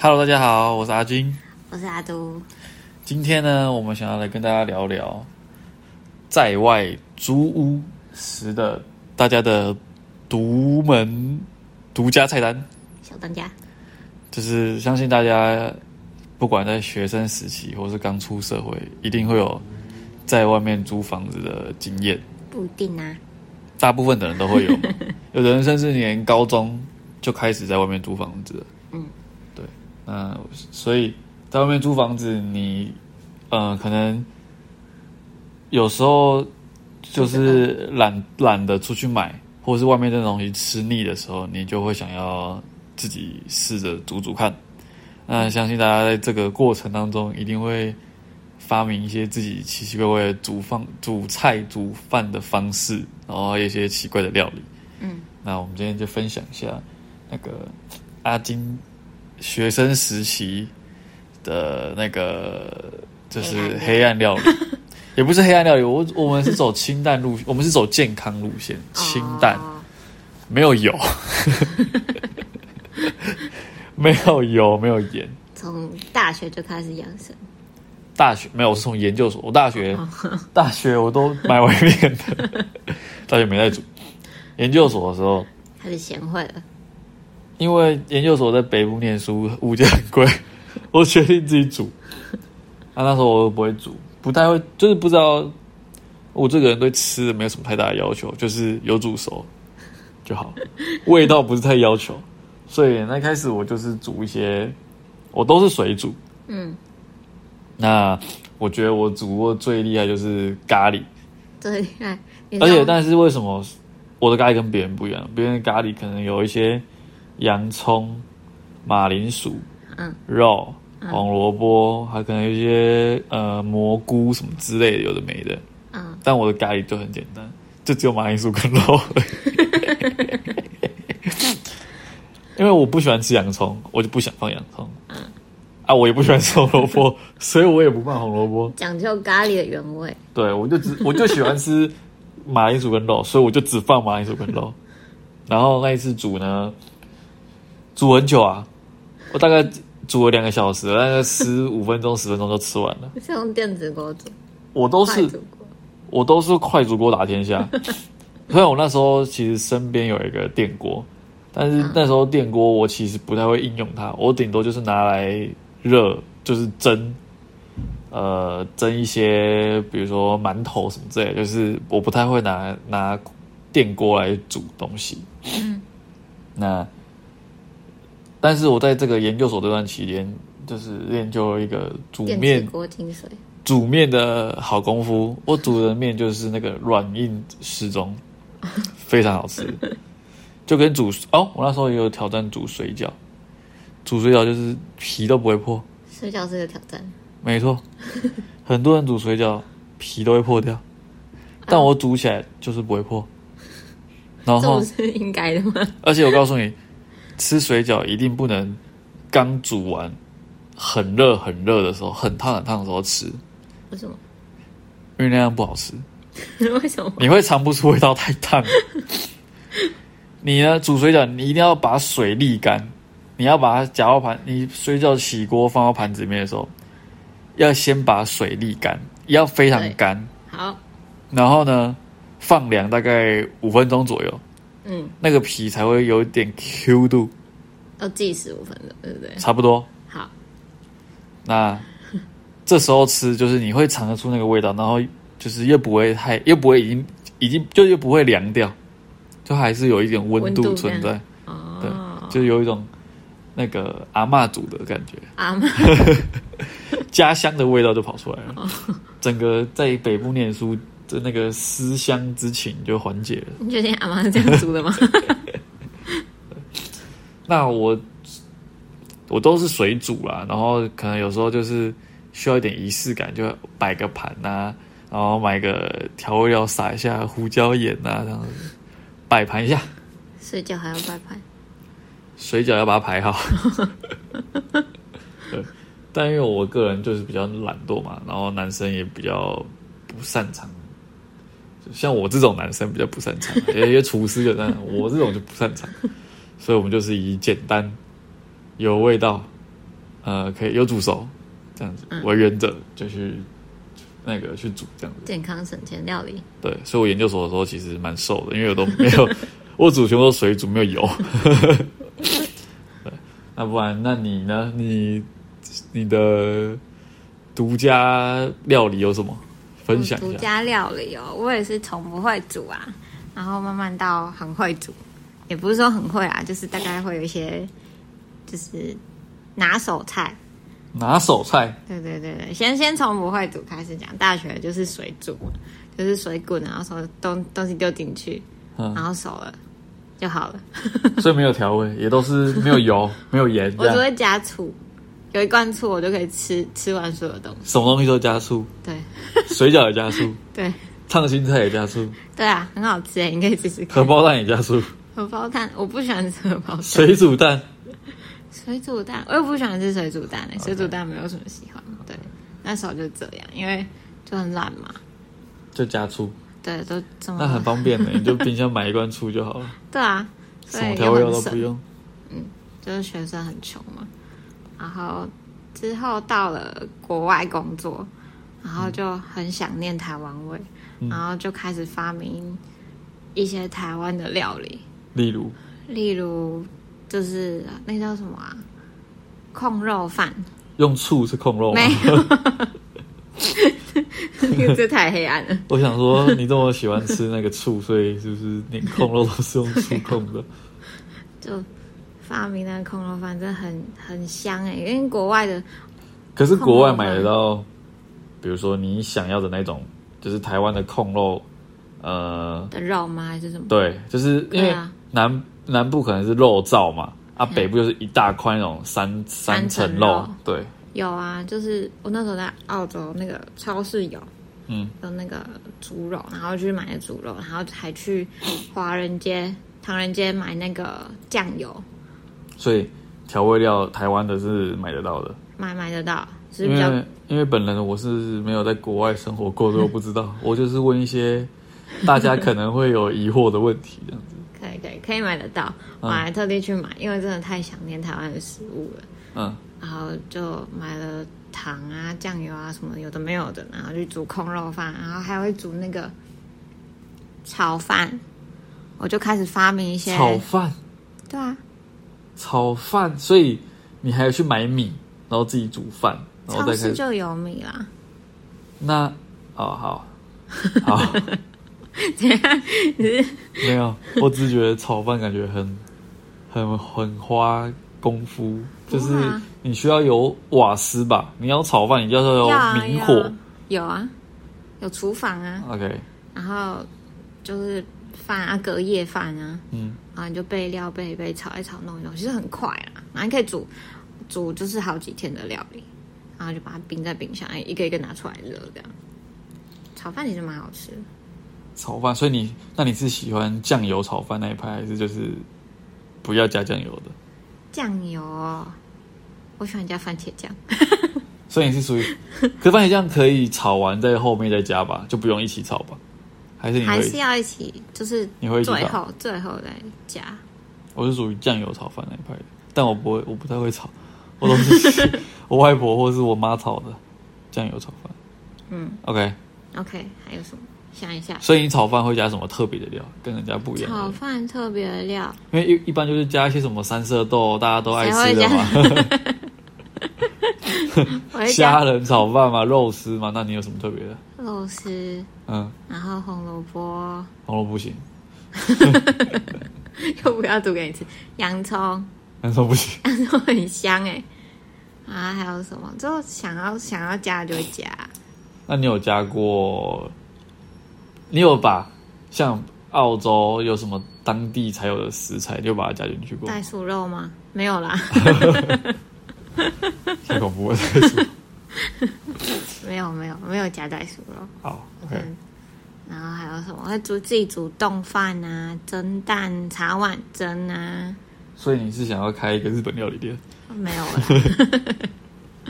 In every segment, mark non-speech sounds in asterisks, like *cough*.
Hello，大家好，我是阿军。我是阿都，今天呢，我们想要来跟大家聊聊在外租屋时的大家的独门独家菜单，小当家。就是相信大家不管在学生时期或是刚出社会，一定会有在外面租房子的经验，不一定啊，大部分的人都会有嘛，有的人甚至连高中就开始在外面租房子了。嗯，对，那所以在外面租房子，你呃可能有时候就是懒懒得出去买，或者是外面这东西吃腻的时候，你就会想要自己试着煮煮看。那相信大家在这个过程当中，一定会发明一些自己奇奇怪怪的煮饭、煮菜、煮饭的方式，然后一些奇怪的料理。嗯，那我们今天就分享一下那个阿金学生时期的那个就是黑黑暗料理， *laughs* 也不是黑暗料理，我我们是走清淡路， *laughs* 我们是走健康路线，清淡哦没有油， *laughs* 没有油，没有盐。从大学就开始养生，大学没有，我是从研究所。我大学大学我都买外面的， *laughs* 大学没在煮。研究所的时候，开始贤惠了。因为研究所在北部念书，物价很贵， *laughs* 我决定自己煮。啊，那时候我又不会煮，不太会，就是不知道。我这个人对吃的没有什么太大的要求，就是有煮熟就好，味道不是太要求。所以那开始我就是煮一些，我都是水煮。嗯，那我觉得我煮过最厉害就是咖喱，对，哎，你知道而且但是为什么我的咖喱跟别人不一样？别人的咖喱可能有一些洋葱、马铃薯、嗯肉、红萝卜，还可能有一些呃蘑菇什么之类的，有的没的。嗯，但我的咖喱就很简单，就只有马铃薯跟肉而 *laughs* 已。因为我不喜欢吃洋葱，我就不想放洋葱。嗯啊，我也不喜欢吃红萝 *laughs* 卜，所以我也不放红萝卜。讲究咖喱的原味，对，我就只我就喜欢吃马铃薯跟肉，所以我就只放马铃薯跟肉。然后那一次煮呢，煮很久啊，我大概煮了两个小时，大概十五分钟、十分钟就吃完了。是用电子锅煮，我都快是煮锅。我都是快煮锅打天 *laughs* 下。虽然我那时候其实身边有一个电锅，但嗯是那时候电锅我其实不太会应用它，我顶多就是拿来热，就是蒸，呃，蒸一些比如说馒头什么之类的，就是我不太会拿拿电锅来煮东西。嗯那但是我在这个研究所这段期间，就是练就了一个煮电面子锅清水，煮面的好功夫，我煮的面就是那个软硬适中，非常好吃。就跟煮哦，我那时候也有挑战煮水饺，煮水饺就是皮都不会破，睡觉是个挑战。没错。很多人煮水饺皮都会破掉，但我煮起来就是不会破。然这后不，是应该的吗？而且我告诉你，吃水饺一定不能刚煮完很热很热的时候，很烫很烫的时候吃，为什么？ *laughs* 因为那样不好吃。为什么？你会尝不出味道太烫。 *laughs* 你呢，煮水饺你一定要把水沥干，你要把它夹到盘，你水饺起锅放到盘子里面的时候，要先把水沥干，要非常对干，好，然后呢放凉大概五分钟左右，嗯，那个皮才会有一点 Q 度，要计时五分钟，对不对？差不多。好，那这时候吃就是你会尝得出那个味道，然后就是又不会太又不会已经已经就又不会凉掉，就还是有一点温温度度存这在样，哦，就有一种那个阿嬷煮的感觉，阿妈，家乡的味道就跑出来哦了。整个在北部念书的那个思乡之情就缓解了。你确定阿妈是这样煮的吗？ *laughs* 那我我都是水煮啦，然后可能有时候就是需要一点仪式感，就摆个盘呐、然后买个调味料撒一下胡椒盐呐、这样子摆盘一下。睡觉还要拜拜，水饺要把它排好。 *laughs* 对，但因为我个人就是比较懒惰嘛，然后男生也比较不擅长，像我这种男生比较不擅长， *laughs* 有些厨师就这样，我这种就不擅长，所以我们就是以简单、有味道、呃，可以有煮熟这样子，我原则就去那个去煮这样子。健康省钱料理，对，所以我研究所的时候其实蛮瘦的，因为我都没有， *laughs* 我煮全部都水煮，没有油。对，那不然那你呢？你你的独家料理有什么？分享嗯独一下。家料理哦，我也是从不会煮啊，然后慢慢到很会煮，也不是说很会啊，就是大概会有一些就是拿手菜。拿手菜对对对对，先先从不会煮开始讲，大学就是水煮嘛，就是水滚，然后说东东西丢进去，嗯然后熟了就好了。所以没有调味，也都是没有油、没有盐这我只样，会加醋，有一罐醋我就可以吃吃完所有东西。什么东西都加醋，对水饺也加醋，对烫心菜也加醋，对啊，很好吃诶，你可以试试荷看。包蛋也加醋，荷包蛋，我不喜欢吃荷包蛋，水煮蛋水煮蛋我也不喜欢吃水煮蛋诶、水煮蛋没有什么喜欢。对，那时候就这样，因为就很懒嘛。就加醋，对，都这么那很方便的，你就冰箱买一罐醋就好了，对啊，所什么以调又味很料都省不用。就是学生很穷嘛，然后之后到了国外工作，然后就很想念台湾味，嗯然后就开始发明一些台湾的料理，例如例如就是那叫什么啊，控肉饭，用醋是控肉吗？没有，*laughs* 那个这太黑暗了。我想说你这么喜欢吃那个醋，所以是不是连控肉都是用醋控 *laughs* 的？就发明那个控肉饭，真的很很香哎、因为国外的可是国外买得到，比如说你想要的那种，就是台湾的控肉，呃，的肉吗还是什么？对，就是因对为啊南、南部可能是肉燥嘛，啊，北部就是一大块那种三三层肉三层肉，对，有啊，就是我那时候在澳洲那个超市有，嗯，有那个猪肉，然后去买了猪肉，然后还去华人街、唐人街买那个酱油，所以调味料台湾的是买得到的，买买得到，是因比较为因为本人我是没有在国外生活过，所以我不知 *laughs* 道，我就是问一些大家可能会有疑惑的问题，这样子，可以可以可以买得到，我啊还特地去买，因为真的太想念台湾的食物了，嗯，然后就买了糖啊、酱油啊什么的有的没有的，然后去煮空肉饭，然后还会煮那个炒饭，我就开始发明一些炒饭对啊。炒饭，所以你还要去买米，然后自己煮饭，然后超再开市始就有米啦，那哦 *laughs* 好。好，没有，我只是觉得炒饭感觉很、很、很花功夫，就是不会啊你需要有瓦斯吧？你要炒饭，你就要有要啊哦明要啊火。有啊，有厨房啊， OK，然后就是饭啊，隔夜饭啊，嗯，然后你就备料备一备，炒一炒，弄一弄，其实很快啦。然后你可以煮煮就是好几天的料理，然后就把它冰在冰箱，哎一个一个拿出来热这样。炒饭其实蛮好吃的，炒饭。所以你，那你是喜欢酱油炒饭那一派，还是就是不要加酱油的？酱油哦、我喜欢加番茄酱，所以你是属于，可番茄酱可以炒完在后面再加吧，就不用一起炒吧？还是你还是会？要一起，就是你会一起最炒后最后再加。我是属于酱油炒饭那一派的，但我不会，我不太会炒，我都是 *laughs* 我外婆或是我妈炒的酱油炒饭。嗯，OK。 OK，还有什么？想一下，所以你炒饭会加什么特别的料，跟人家不一样炒的？饭特别的料，因为一一般就是加一些什么三色豆，大家都爱吃的谁嘛，我会虾加仁炒饭嘛，肉丝嘛，那你有什么特别的？肉丝，嗯，然后红萝卜，红萝卜不行，又不 *laughs* 要煮给你吃，洋葱， *laughs* 南葱不行，洋葱很香哎、啊，还有什么？之后想要想要加就会加，那你有加过？你有把像澳洲有什么当地才有的食材，你有把它加进去过？袋鼠肉吗？没有啦， *laughs* 太恐怖了。 *laughs* 没有没有没有加袋鼠肉。好，OK，嗯，然后还有什么？会煮自己煮冻饭啊，蒸蛋、茶碗蒸啊，所以你是想要开一个日本料理店？没有了， *laughs*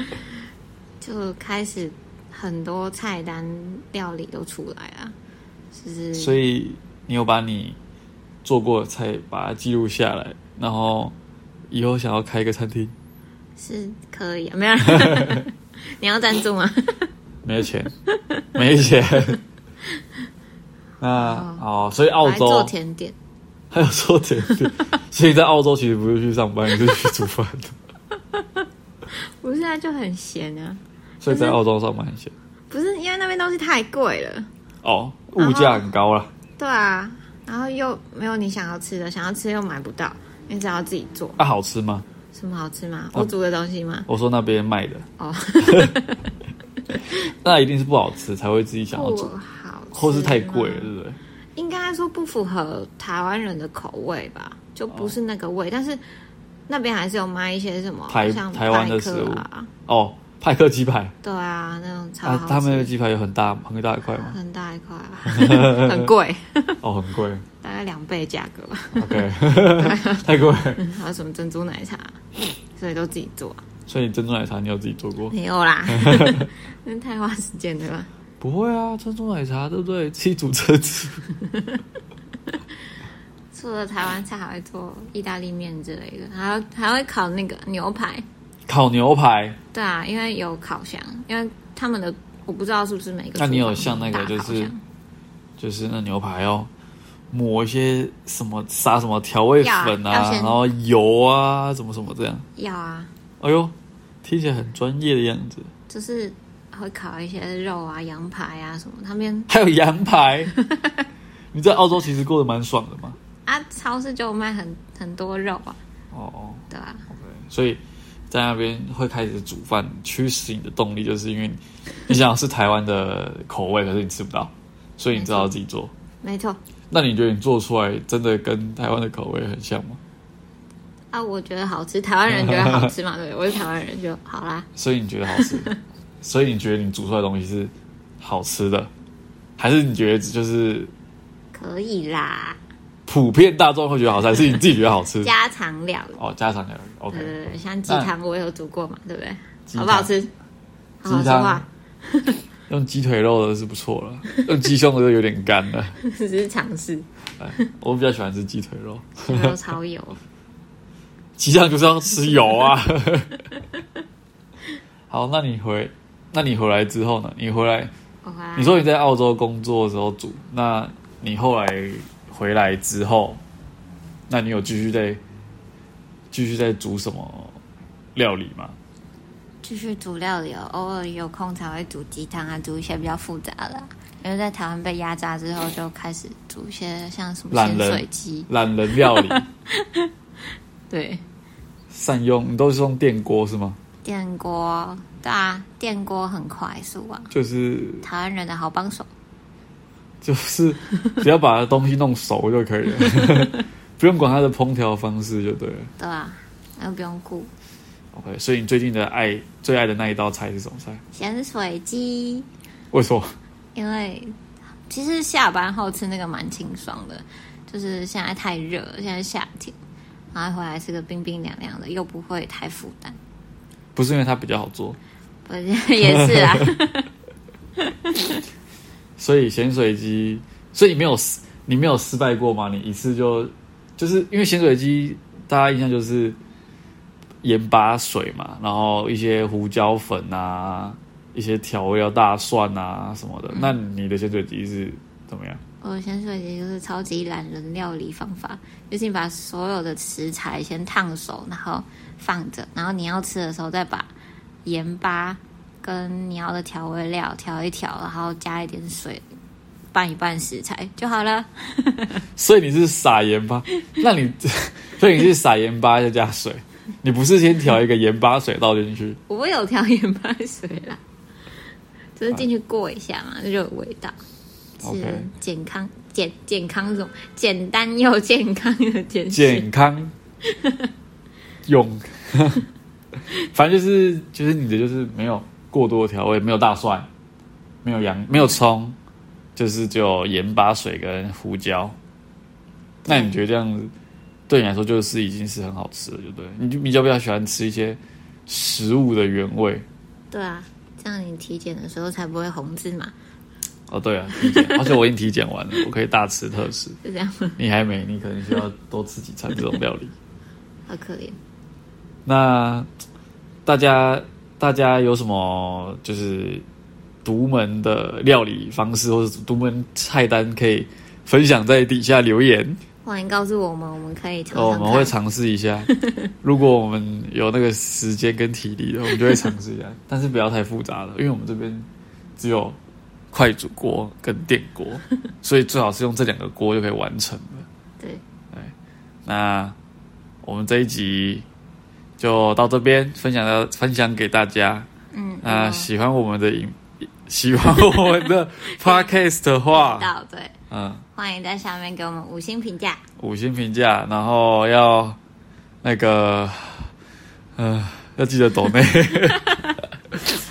就开始很多菜单料理都出来啊了，就是所以你有把你做过的菜把它记录下来，然后以后想要开一个餐厅，是可以、啊，没有啊。 *laughs* 你要赞助吗？没 *laughs* 钱，没钱。那哦，所以澳来做洲甜点，还有做甜点，所以在澳洲其实不是去上班，你是去煮饭 *laughs* 的。不是啊，就很咸啊。所以在澳洲上班很闲不是因为那边东西太贵了，哦，物价很高啦。对啊，然后又没有你想要吃的，想要吃又买不到，你只要自己做。啊，好吃吗？什么好吃吗？哦我煮的东西吗？我说那边卖的， *laughs* 哦，那一定是不好吃才会自己想要不煮，好吃，啊或是太贵了，。对不对？应该说不符合台湾人的口味吧，就不是那个味。但是那边还是有卖一些什么哦台像台湾的派克食物啊，哦，派克鸡排对啊，那种超啊好，吃。他们的鸡排有很大很大一块 *laughs* 吗？很大一 *laughs* 块啊，很贵，哦，很贵。大概两倍价格吧。 *laughs* OK，太贵了。嗯还有什么珍珠奶茶，所以都自己做啊。所以珍珠奶茶你有自己做过？没有 *laughs* 啦，那太花时间了吧？不会啊，珍珠奶茶对不对？自己煮珍珠。除了台湾菜，还会做意大利面之类的，还有还会烤那个牛排。烤牛排，对啊，因为有烤箱，因为他们的我不知道是不是每个厨那房你都有有像那个大烤就是箱就是那牛排要抹一些什么撒什么调味粉要要啊，先然后油啊，怎么什么这样。要啊，哎呦，听起来很专业的样子。就是会烤一些肉啊、羊排啊什么，他们还有羊 *laughs* 排，你在澳洲其实过得蛮爽的嘛。啊超市就有卖很很多肉啊，哦哦，对啊吧、所以在那边会开始煮饭，驱使你的动力就是因为你想要吃台湾的口味，可是你吃不到，所以你知道自己做。没错那你觉得你做出来真的跟台湾的口味很像吗？啊，我觉得好吃，台湾人觉得好吃嘛，对不对，我是台湾人就好啦。所以你觉得好吃？ *laughs* 所以你觉得你煮出来的东西是好吃的，还是你觉得就是可以 *laughs* 啦，普遍大众会觉得好吃，还是你自己觉得好吃？家常料理，哦，家常料理，OK。对对对，嗯像鸡汤我有煮过嘛，对不对？鸡嗯汤好不好吃？好好鸡吃汤话， *laughs* 用鸡腿肉的是不错了，用鸡胸的就有点干 *laughs* 了。只是尝 *laughs* 试，哎我比较喜欢吃鸡腿肉，有没有超油？鸡上就是要吃油 *laughs* 啊。好，那你回，那你回来之后呢？你回来，我回来你说你在澳洲工作的时候煮，那你后来回来之后，那你有继续在继续在煮什么料理吗？继续煮料理哦，偶尔有空才会煮鸡汤啊，煮一些比较复杂的啊、因为在台湾被压榨之后，就开始煮一些像什么懒咸人水鸡，懒人料理，对，善用，你都是用电锅是吗？电锅，对啊，电锅很快速啊，就是台湾人的好帮手。就是只要把东西弄熟就可以了， *laughs* 不用管它的烹调方式就对了。对啊，又不用顾 OK，所以你最近的爱最爱的那一道菜是什么菜？咸水鸡，为什么？因为其实下班后吃那个蛮清爽的，就是现在太热了，现在夏天，然后回来吃个冰冰凉凉的，又不会太负担。不是因为它比较好做，我觉得也是啊，所以咸水鸡，所以你没有失你没有失败过吗？你一次就就是因为咸水鸡，大家印象就是盐巴水嘛，然后一些胡椒粉啊，一些调味料大蒜啊什么的。那你的咸水鸡是怎么样？我的咸水鸡就是超级懒人料理方法，就是你把所有的食材先烫熟，然后放着，然后你要吃的时候再把盐巴跟你要的调味料调一调，然后加一点水，拌一拌食材就好了。所以你是撒盐巴，那你所以你是撒盐巴再加水，你不是先调一个盐巴水倒进去？我有调盐巴水 *laughs* 啦，只是进去过一下嘛，那就有味道。是 OK 健康简健康种简单又健康的简食，健康用， *laughs* 反正就是就是你的就是没有过多的调味，没有大蒜，没有洋，没有葱，就是只有盐巴水跟胡椒。那你觉得这样子对你来说就是已经是很好吃了，对不对？你就比较比较喜欢吃一些食物的原味。对啊，这样你体检的时候才不会红字嘛，哦，对啊，体检，而且我已经体检完了，我可以大吃特吃。是这样吗？ *laughs* 你还没，你可能需要多吃几餐这种料理。好可怜。那大家大家有什么就是独门的料理方式或者独门菜单可以分享在底下留言欢迎告诉我们，我们可以尝哦，我尝们会看。尝试一 *laughs* 下。如果我们有那个时间跟体力的，我们就会尝试一下，但是不要太复杂了，因为我们这边只有快煮锅跟电 *laughs* 锅，所以最好是用这两个锅就可以完成了。对，那我们这一集就到这边分享到分享给大家。嗯，那嗯啊喜欢我们的影， *laughs* 喜欢我们 *laughs* 的 podcast 的话，到对，嗯，欢迎在下面给我们五星评价。五星评价，然后要那个，嗯、要记得抖 *laughs* 内，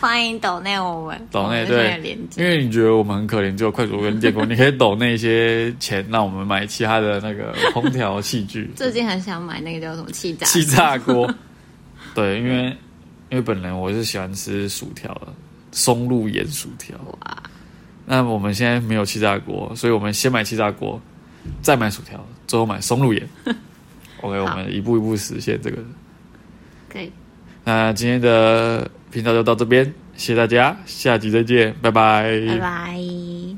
欢迎抖内我们，抖内我们这边对有连接因为你觉得我们很可怜，只有快煮跟电锅，你可以抖那些钱，让我们买其他的那个空调器具。最近很想买那个叫什么气炸，气炸锅。 *laughs* 对，因为因为本人我是喜欢吃薯条的，松露盐薯条。哇，那我们现在没有气炸锅，所以我们先买气炸锅，再买薯条，最后买松露盐。OK，我们一步一步实现这个。可以，那今天的频道就到这边，谢谢大家，下集再见，拜拜拜。